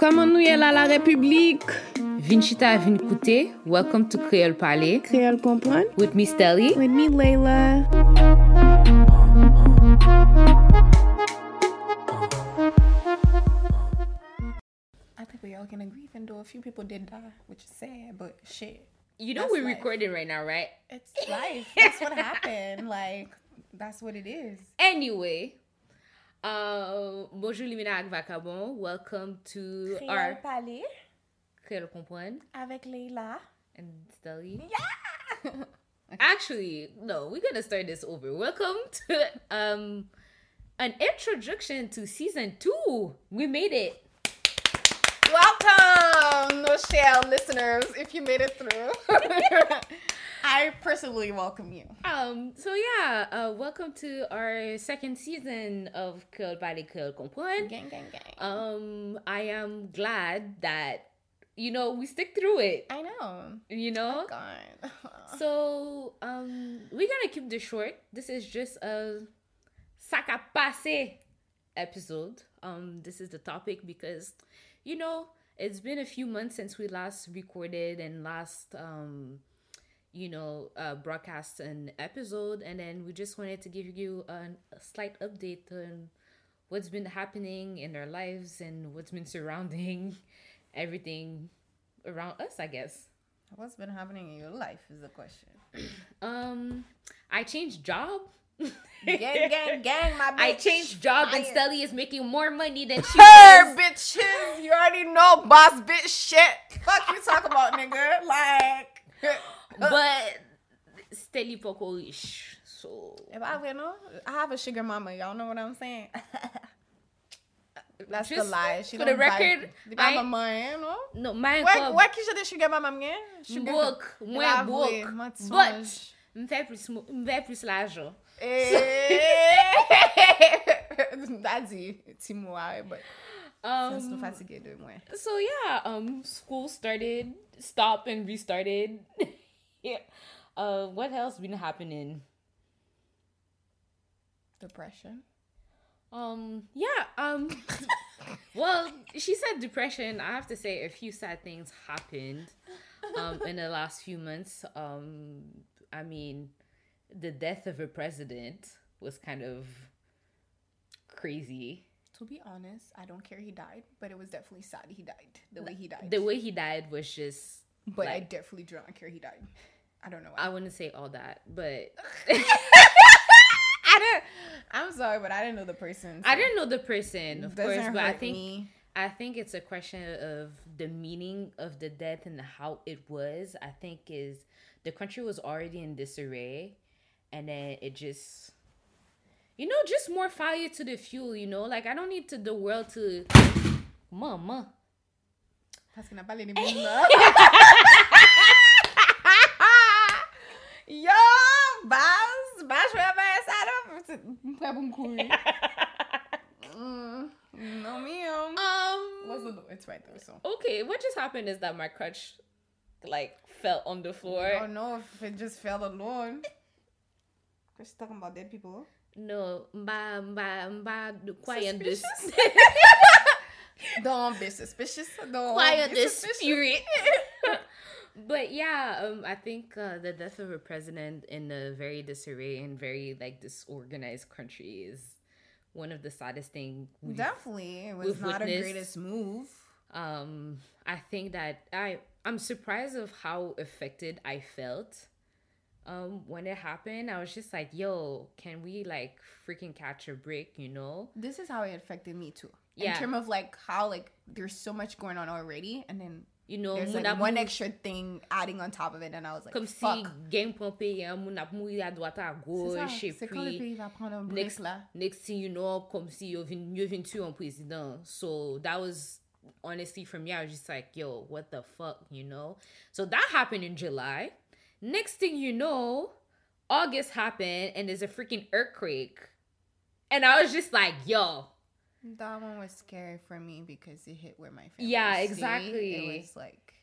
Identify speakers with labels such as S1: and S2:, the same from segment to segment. S1: Koman nou ye la la republik? Vinchita vin koute, welcome to Creole Pale
S2: Creole comprendre
S1: with Miss Deli.
S2: with me, Layla.
S3: I think we all can agree, even though a few people did die, which is sad, but shit.
S1: You know
S3: That's
S1: we're
S3: life.
S1: recording right now, right?
S3: It's life. That's what happened. Like, that's what it is.
S1: Anyway, uh, bonjour Limina ak Vakabon, welcome to our
S3: Palais
S1: Creole Comprendre
S3: avec Leila.
S1: and Deli. Actually, no, we're gonna start this over. Welcome to um an introduction to season two. We made it.
S3: Welcome, Nochelle listeners, if you made it through. I personally welcome you.
S1: Um, so yeah, uh, welcome to our second season of Curled by the Curl Comprend.
S3: Gang, gang, gang.
S1: Um, I am glad that you know we stick through it.
S3: I know.
S1: You know,
S3: God.
S1: so um, we're gonna keep this short. This is just a saka passe episode. Um, this is the topic because you know it's been a few months since we last recorded and last um, you know, uh, broadcast an episode, and then we just wanted to give you an, a slight update on what's been happening in our lives and what's been surrounding everything around us, I guess.
S3: What's been happening in your life is the question.
S1: Um, I changed job.
S3: Gang, gang, gang, my bitch.
S1: I changed job, and
S3: Fire.
S1: Stelly is making more money than she
S3: Her
S1: was.
S3: bitches, you already know boss bitch shit. Fuck you talk about nigga. Like
S1: But Stelly Poco rich, so
S3: if I went on, I have a sugar mama. Y'all know what I'm saying? That's the
S1: Just
S3: lie. She
S1: for the
S3: don't bite-
S1: record,
S3: the
S1: I-
S3: mama man, no?
S1: no, my
S3: Where where can you the sugar mama man? Sugar
S1: book,
S3: Bravo, eh,
S1: mwen book,
S3: my
S1: but
S3: touche.
S1: m'fè plus mo- m'fè plus l'argent.
S3: Eh. Daddy, ti mwa, but since nou
S1: Um,
S3: fatige de mwen.
S1: so yeah, um, school started, stopped and restarted. yeah. Uh, what else been happening?
S3: Depression.
S1: Um, yeah. Um, well, she said depression. I have to say, a few sad things happened um, in the last few months. Um, I mean, the death of a president was kind of crazy.
S3: To be honest, I don't care he died, but it was definitely sad he died. The way he died.
S1: The way he died was just.
S3: but I
S1: like-
S3: definitely do not care he died. I don't know. Why.
S1: I wouldn't say all that, but
S3: I don't. I'm sorry, but I didn't know the person.
S1: I
S3: so
S1: didn't know the person, of
S3: doesn't
S1: course. But I
S3: hurt
S1: think
S3: me.
S1: I think it's a question of the meaning of the death and how it was. I think is the country was already in disarray, and then it just, you know, just more fire to the fuel. You know, like I don't need to the world to, mama.
S3: Parce que n'a pas les mots, là. Yo, Baz, Baz, je vais faire ça là. C'est prêt pour me courir. Mm, Non, mais um,
S1: Um.
S3: what's the it's right there. So
S1: Okay, what just happened is that my crutch, like, fell on the floor.
S3: I don't know if it just fell alone. Cause she's talking about dead people.
S1: No, mba mba mba quiet the
S3: Don't be suspicious. Don't
S1: quiet
S3: be
S1: the
S3: suspicious.
S1: spirit. but yeah, um, I think uh, the death of a president in a very disarray and very like disorganized country is one of the saddest thing. we've-
S3: Definitely, it was
S1: We've
S3: not a
S1: witnessed-
S3: greatest move.
S1: Um, I think that I I'm surprised of how affected I felt. Um, when it happened, I was just like, "Yo, can we like freaking catch a break?" You know?
S3: This is how it affected me too.
S1: Yeah.
S3: In terms of like how like there's so much going on already, and then
S1: You know,
S3: there's
S1: moun
S3: like
S1: ap
S3: one
S1: mou-
S3: extra thing adding on top of it, and I was like,
S1: comme
S3: fuck.
S1: si gang pompé, hein, moun ap mouri à droite à
S3: C'est ça,
S1: gauche et
S3: C'est quand le
S1: puis
S3: pays va prendre un break
S1: next,
S3: là.
S1: next thing you know, comme si yo vin, yo vin tuer un président. So that was honestly for me, I was just like, yo, what the fuck, you know? So that happened in July. Next thing you know, August happened and there's a freaking earthquake. And I was just like, yo,
S3: That one was scary for me because it hit where my family.
S1: Yeah,
S3: stayed.
S1: exactly.
S3: It was like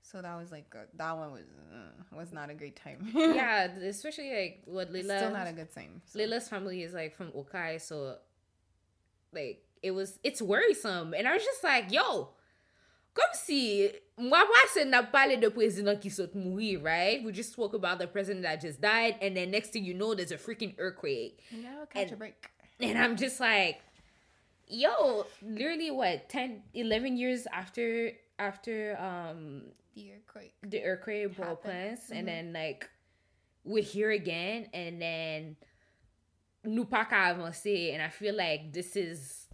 S3: So that was like uh, that one was uh, was not a great time.
S1: yeah, especially like what Lila.
S3: Still not a good time. So.
S1: Lila's family is like from Okai, so like it was it's worrisome. And I was just like, yo, comme si moi moi not parlé de président qui saute mourir, right? We just spoke about the president that just died, and then next thing you know, there's a freaking earthquake.
S3: No, catch
S1: And-
S3: a break.
S1: And I'm just like, yo, literally what, 10, 11 years after after um
S3: The earthquake.
S1: the earthquake broke
S3: Happened. Mm-hmm.
S1: plans and then like we're here again and then nous pas qu'à avancer and I feel like this is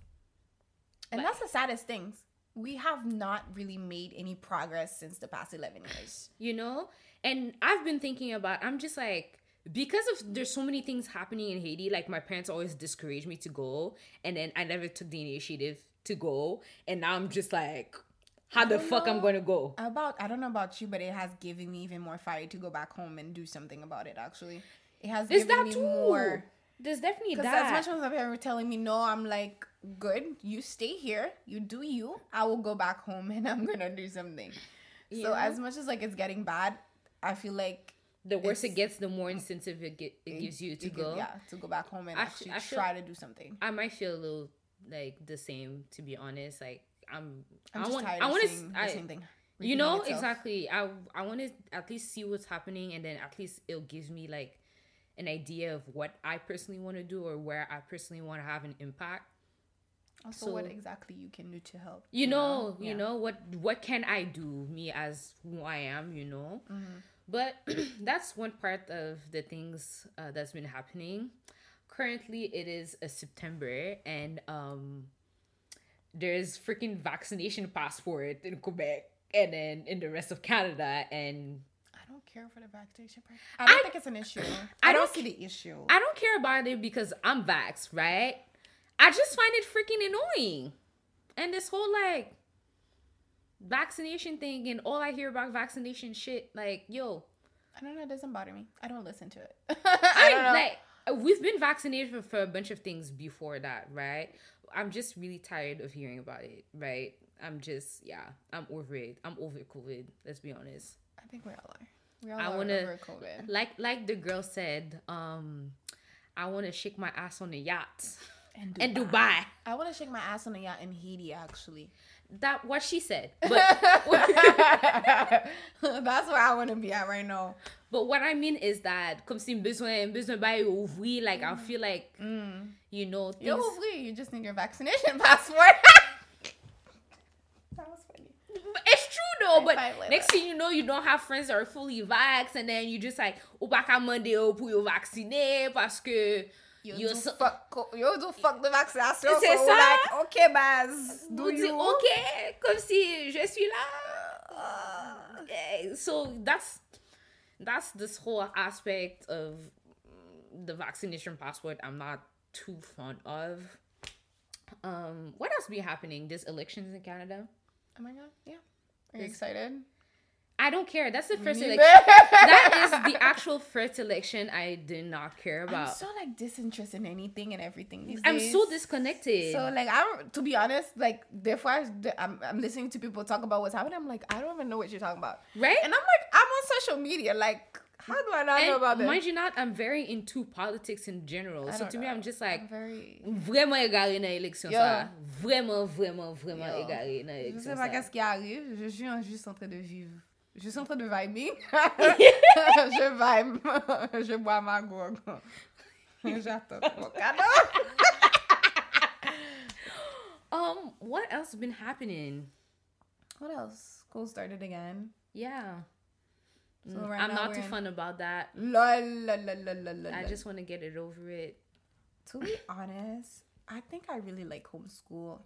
S3: And that's the saddest thing. We have not really made any progress since the past 11 years.
S1: you know and I've been thinking about I'm just like because of there's so many things happening in Haiti like my parents always discouraged me to go and then I never took the initiative to go and now I'm just like how
S3: Oh,
S1: the fuck I'm gonna go
S3: About, I don't know about you, but it has given me even more fire to go back home and do something about it, actually. It has
S1: there's
S3: given
S1: that
S3: me
S1: too
S3: more.
S1: there's definitely
S3: Because
S1: that
S3: as much as my parents were telling me no, I'm like, good, you stay here, you do you, I will go back home and I'm gonna do something. So
S1: Yeah.
S3: as much as like it's getting bad, I feel like
S1: the worse it
S3: it's-
S1: gets the more incentive it, get, it gives you to
S3: it gives-
S1: go
S3: yeah, to go back home and
S1: I f-
S3: actually
S1: I feel-
S3: try to do something.
S1: I might feel a little like the same to be honest. Like I'm,
S3: I'm
S1: I
S3: just
S1: want,
S3: tired
S1: I
S3: of
S1: want
S3: seeing the
S1: to,
S3: same thing. repeating
S1: you know,
S3: itself.
S1: exactly. I, I want to at least see what's happening, and then at least it gives me like an idea of what I personally want to do or where I personally want to have an impact.
S3: Also, what
S1: So-
S3: exactly you can do to help?
S1: You know, you
S3: Yeah.
S1: know what what can I do me as who I am, you know? But that's one part of the things uh, that's been happening. Currently, it is a September, and um, there's freaking vaccination passport in Quebec, and then in the rest of Canada. And
S3: I don't care for the vaccination part. I don't
S1: I-
S3: think it's an issue.
S1: I
S3: I don't
S1: don't
S3: see the issue.
S1: I don't care about it because I'm vaxxed, right? I just find it freaking annoying. And this whole like vaccination thing, and all I hear about vaccination shit, like, yo,
S3: I don't know. It doesn't bother me. I don't listen to it. I
S1: I
S3: don't know.
S1: like we've been vaccinated for, for a bunch of things before that, right? I'm just really tired of hearing about it, right? I'm just yeah, I'm over it. I'm over COVID. Let's be honest.
S3: I think we all are. We all
S1: I
S3: are
S1: wanna-
S3: over COVID.
S1: Like like the girl said, um, I want to shake my ass on a yacht
S3: And
S1: in Dubai.
S3: I want to shake my ass on a yacht in Haiti, actually.
S1: That what she said, but
S3: That's where I want to be at right now.
S1: But what I mean is that comme si besoin besoin by ouvrir, like I feel like you know things.
S3: Mm. Yo, we, you just need your vaccination passport. that was funny.
S1: It's true though, but
S3: five later.
S1: next thing you know, you don't have friends that are fully vax, and then you just like ou pas qu'à demander oh, pour yo vacciner parce que
S3: You
S1: yo
S3: do
S1: so-
S3: fuck. co- You do fuck the vaccination. So
S1: C'est ça.
S3: like, okay, Baz, do
S1: vous dites,
S3: you?
S1: ok comme si je suis là. Eh, So that's that's this whole aspect of mm, the vaccination passport I'm not too fond of. Um, what else be happening? There's elections in Canada.
S3: Oh my god, yeah. Are you excited?
S1: I don't care. That's the first election. that
S3: that
S1: is the actual first election I did not care
S3: I'm
S1: about.
S3: so like disinterested in anything and everything these
S1: I'm
S3: days.
S1: so disconnected.
S3: So like I don't. To be honest, like therefore I, I'm I'm listening to people talk about what's happening. I'm like I don't even know what you're talking about.
S1: right?
S3: And I'm like I'm on social media. Like how do I not
S1: And
S3: know about this?
S1: mind you not, I'm very into politics in general. So
S3: don't
S1: to me,
S3: know.
S1: I'm just like
S3: I'm very.
S1: vraiment égaré dans l'élection
S3: Yo.
S1: ça. Vraiment, vraiment, vraiment
S3: Yo.
S1: égaré dans
S3: Je sais
S1: l'élection
S3: pas
S1: ça.
S3: qu'est-ce qui arrive. Je suis en- juste en train de vivre. Je suis en train de vibing. je vibe. je bois ma gourde. J'attends mon cadeau.
S1: Um, what else been happening?
S3: What else? School started again.
S1: Yeah.
S3: So
S1: Mm,
S3: right
S1: I'm
S3: now
S1: not
S3: we're
S1: too
S3: in-
S1: fun about that.
S3: La la la la la la.
S1: I
S3: la.
S1: just want to get it over it.
S3: to be honest, I think I really like homeschool,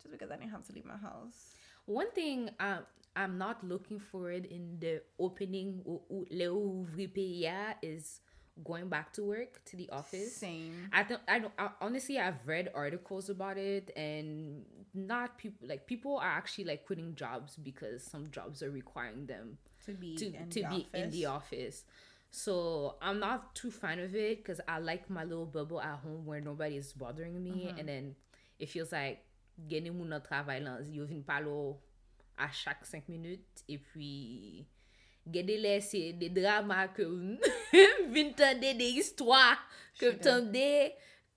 S3: just because I didn't have to leave my house.
S1: One thing um, I'm not looking forward in the opening ou- ou- le ouvri pays a is going back to work to the office.
S3: Same.
S1: I don't. I don't. I, honestly, I've read articles about it, and not people like people are actually like quitting jobs because some jobs are requiring them
S3: To be
S1: to
S3: in
S1: to
S3: the
S1: be in the
S3: office.
S1: office. So I'm not too fan of it because I like my little bubble at home where nobody is
S3: Uh-huh.
S1: bothering me, and then it feels like getting mon travail, you vin palo a chak 5 minutes. E pi, gede lè se de drama ke m vin tende de histwa ke m
S3: Shit.
S1: tende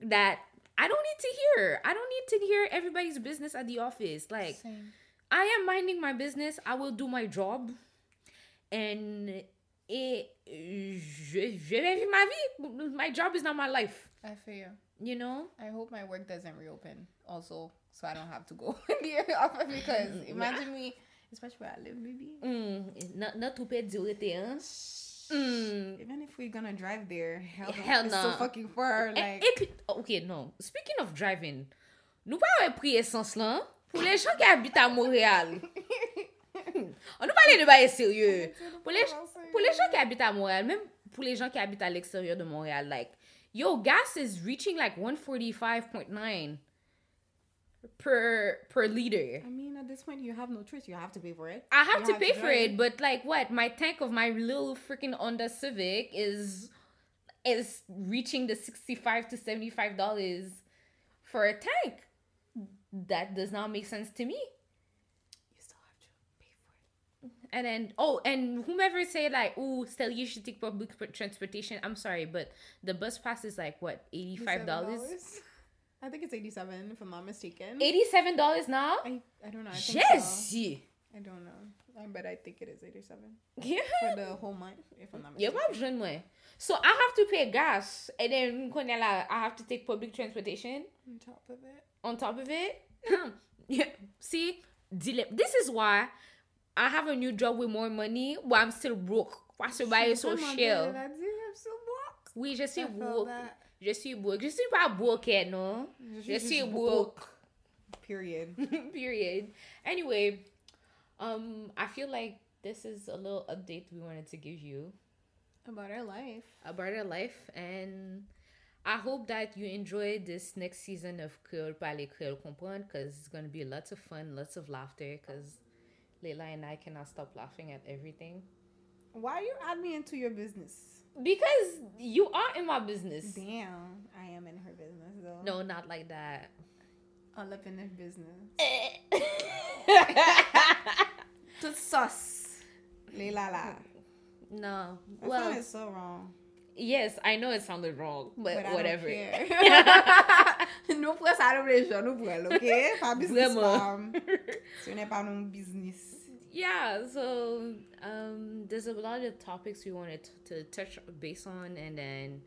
S1: that I don't need to hear. I don't need to hear everybody's business at the office. Like,
S3: Same.
S1: I am minding my business. I will do my job. And et je, je vais vivre ma vie. My job is not my life.
S3: I feel you.
S1: You know?
S3: I hope my work doesn't reopen also, so I don't have to go in the office because imagine me, especially where I live, maybe.
S1: Mm, not, not to pay durete, hein?
S3: Even if we're gonna drive there, hell, no,
S1: Mm. Hell
S3: it's
S1: no.
S3: so fucking far.
S1: E,
S3: Like,
S1: e pi, ok, non. Speaking of driving, nou pa wè pri esans lan pou le chan ki habite a Montreal. An nou pale Ah, de baye serye. Pou le, pou le chan ki habite a Montreal, même pou le chan ki habite a l'exterieur de Montreal, like, yo, gas is reaching like 145.9 per, per liter.
S3: I mean, at this point, you have no choice. You have to pay for it.
S1: I have
S3: You
S1: to pay for
S3: drive
S1: it, but like what? My tank of my little freaking Honda Civic is is reaching the sixty-five to seventy-five dollars for a tank. That does not make sense to me.
S3: You still have to pay for it.
S1: And then oh, and whomever say like, oh, still you should take public pr- transportation. I'm sorry, but the bus pass is like what eighty-five dollars,
S3: $87? I think it's eighty-seven, if I'm not mistaken.
S1: eighty-seven dollars now.
S3: I, I don't know. I think
S1: Yes,
S3: so. I don't know. I bet I think it is eighty-seven
S1: yeah.
S3: for the whole month, if I'm not
S1: Yo
S3: mistaken.
S1: pa joun mwen. So I have to pay gas and then konen la, I have to take public transportation
S3: On top of it,
S1: on top of it. yeah. See, dile- this is why I have a new job with more money but I'm still broke. Parce que baye so
S3: Come on,
S1: chill.
S3: baby, that's it, I'm so broke.
S1: Oui, je suis
S3: I felt
S1: broke.
S3: that.
S1: Je suis broke. Je suis pas broke, eh, non?
S3: Je suis
S1: Je suis
S3: juste
S1: broke.
S3: Period.
S1: Period. Anyway, um, I feel like this is a little update we wanted to give you.
S3: About our life.
S1: about our life and I hope that you enjoy this next season of Creole Parler Creole Comprendre because it's going to be lots of fun, lots of laughter because Leila and I cannot stop laughing at everything
S3: Why you add me into your business?
S1: because you are in my business.
S3: Damn, I am in her business though.
S1: No, not like that.
S3: all up in this business.
S1: Eh, Tout sauce.
S3: Le la la.
S1: No.
S3: That
S1: Well,
S3: sounded so wrong.
S1: yes, I know it sounded wrong, but,
S3: But I don't
S1: whatever.
S3: care. nou pre sa nou le jan, nou pre l, ok? Pa business
S1: Vraiment.
S3: Vraiment. Se ne pa nou business.
S1: yeah so um there's a lot of topics we wanted to, to touch base on and then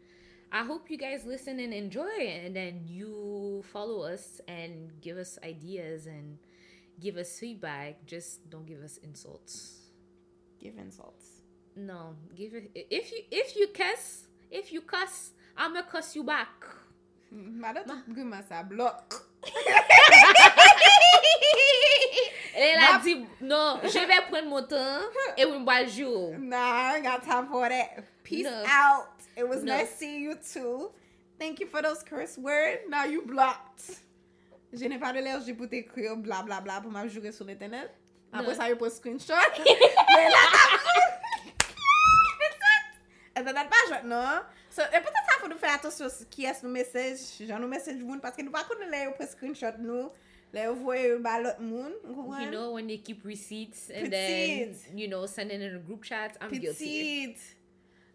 S1: i hope you guys listen and enjoy and then you follow us and give us ideas and give us feedback just don't give us insults
S3: Give insults.
S1: no give it if you if you cuss if you cuss i'ma cuss you back
S3: Ma do tout guma sa blok.
S1: Elle a dit, non, je vais prendre mon temps et on va le jour.
S3: Nah, I ain't got time for that. Peace
S1: No.
S3: out. It was
S1: No.
S3: nice seeing you too. Thank you for those curse words. Now you blocked. Je n'ai pas de l'air, j'ai pour t'écrire bla bla bla pour m'ajouter sur l'internet. Après
S1: No.
S3: ça, je prends screenshot. Mais là, Et ça date pas, je non. So, et peut-être ça faut nous faire attention sur qui est nos messages. J'en nous message moun parce que nous pas connaissons les prendre screenshot nous. Les voyez par l'autre moun. Vous comprenez?
S1: You know, when they keep receipts and then, you know, sending in a group chat, I'm guilty.
S3: Petite.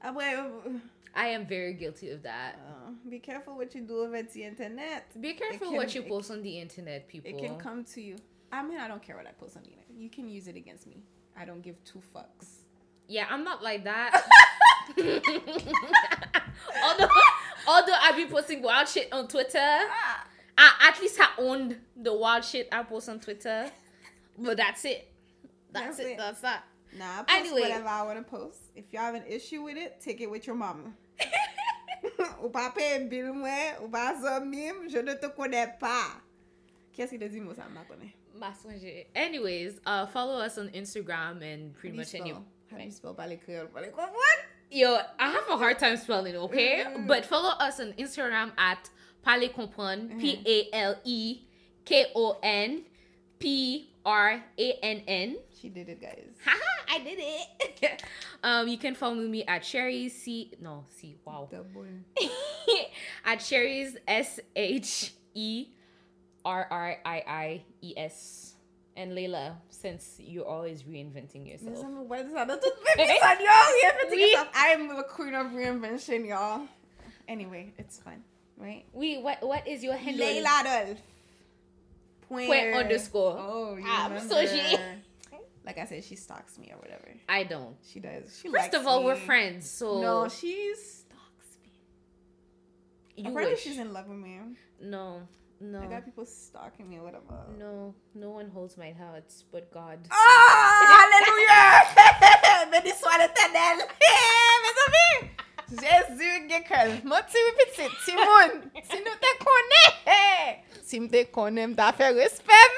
S3: Après, euh,
S1: I am very guilty of that.
S3: Uh, be careful what you do over the internet.
S1: Be careful
S3: can-
S1: what you
S3: it-
S1: post on the internet, people.
S3: It can come to you. I mean, I don't care what I post on the internet. You can use it against me. I don't give two fucks.
S1: Yeah, I'm not like that. although, although I've been posting wild shit on Twitter, I, at least I owned the wild shit I post on Twitter. But that's it. That's,
S3: That's
S1: it.
S3: it.
S1: That's that.
S3: Nah, I post
S1: Anyway.
S3: whatever I want to post. If y'all have an issue with it, take it with your mama. ou pas payer bill moi, ou pas zombie, je ne te connais pas. Qu'est-ce qu'il a dit, moi, ça m'a connaît?
S1: Masonje. Anyways, uh, follow us on Instagram and pretty much any.
S3: How do you spell parler créole? Parler what?
S1: Yo, I have a hard time spelling, okay?
S3: Mm-hmm.
S1: But follow us on Instagram at Pale
S3: Mm-hmm.
S1: Comprendre, P A L E K O N P R A N N.
S3: She did it, guys.
S1: Haha, I did it. um, you can follow me at Sherry C. No, C. Wow.
S3: Double.
S1: at Sherry's S H E R R I I E S. And Layla, since you're always reinventing yourself.
S3: Mwen mwen wèd sa nan tout pepison, yo. Reinventing
S1: Oui.
S3: yourself. I am the queen of reinvention, y'all. Anyway, it's fun. Right?
S1: We what what is your handle?
S3: Layla Adolf. Point,
S1: Point underscore.
S3: Oh, you
S1: Ah, I'm
S3: remember.
S1: so she-
S3: Like I said, she stalks me or whatever.
S1: I don't.
S3: She does. She
S1: First
S3: likes
S1: of all, we're
S3: me.
S1: friends, so
S3: No, she stalks me.
S1: you
S3: Apparently,
S1: wish.
S3: she's in love with me.
S1: No, no,
S3: I got people stalking me. What about?
S1: no. No one holds my thoughts but God.
S3: Ah, hallelujah! Béni soit l'éternel! Eh, Mes amis! Jésus gen kel. Mwen ti wè pitit, ti moun. Si nou te konè. eh, Si m te konè, m ta fè respèm.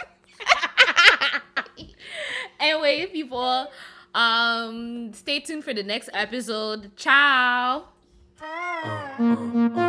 S1: anyway, people, um, stay tuned for the next episode. Ciao.
S3: Ah.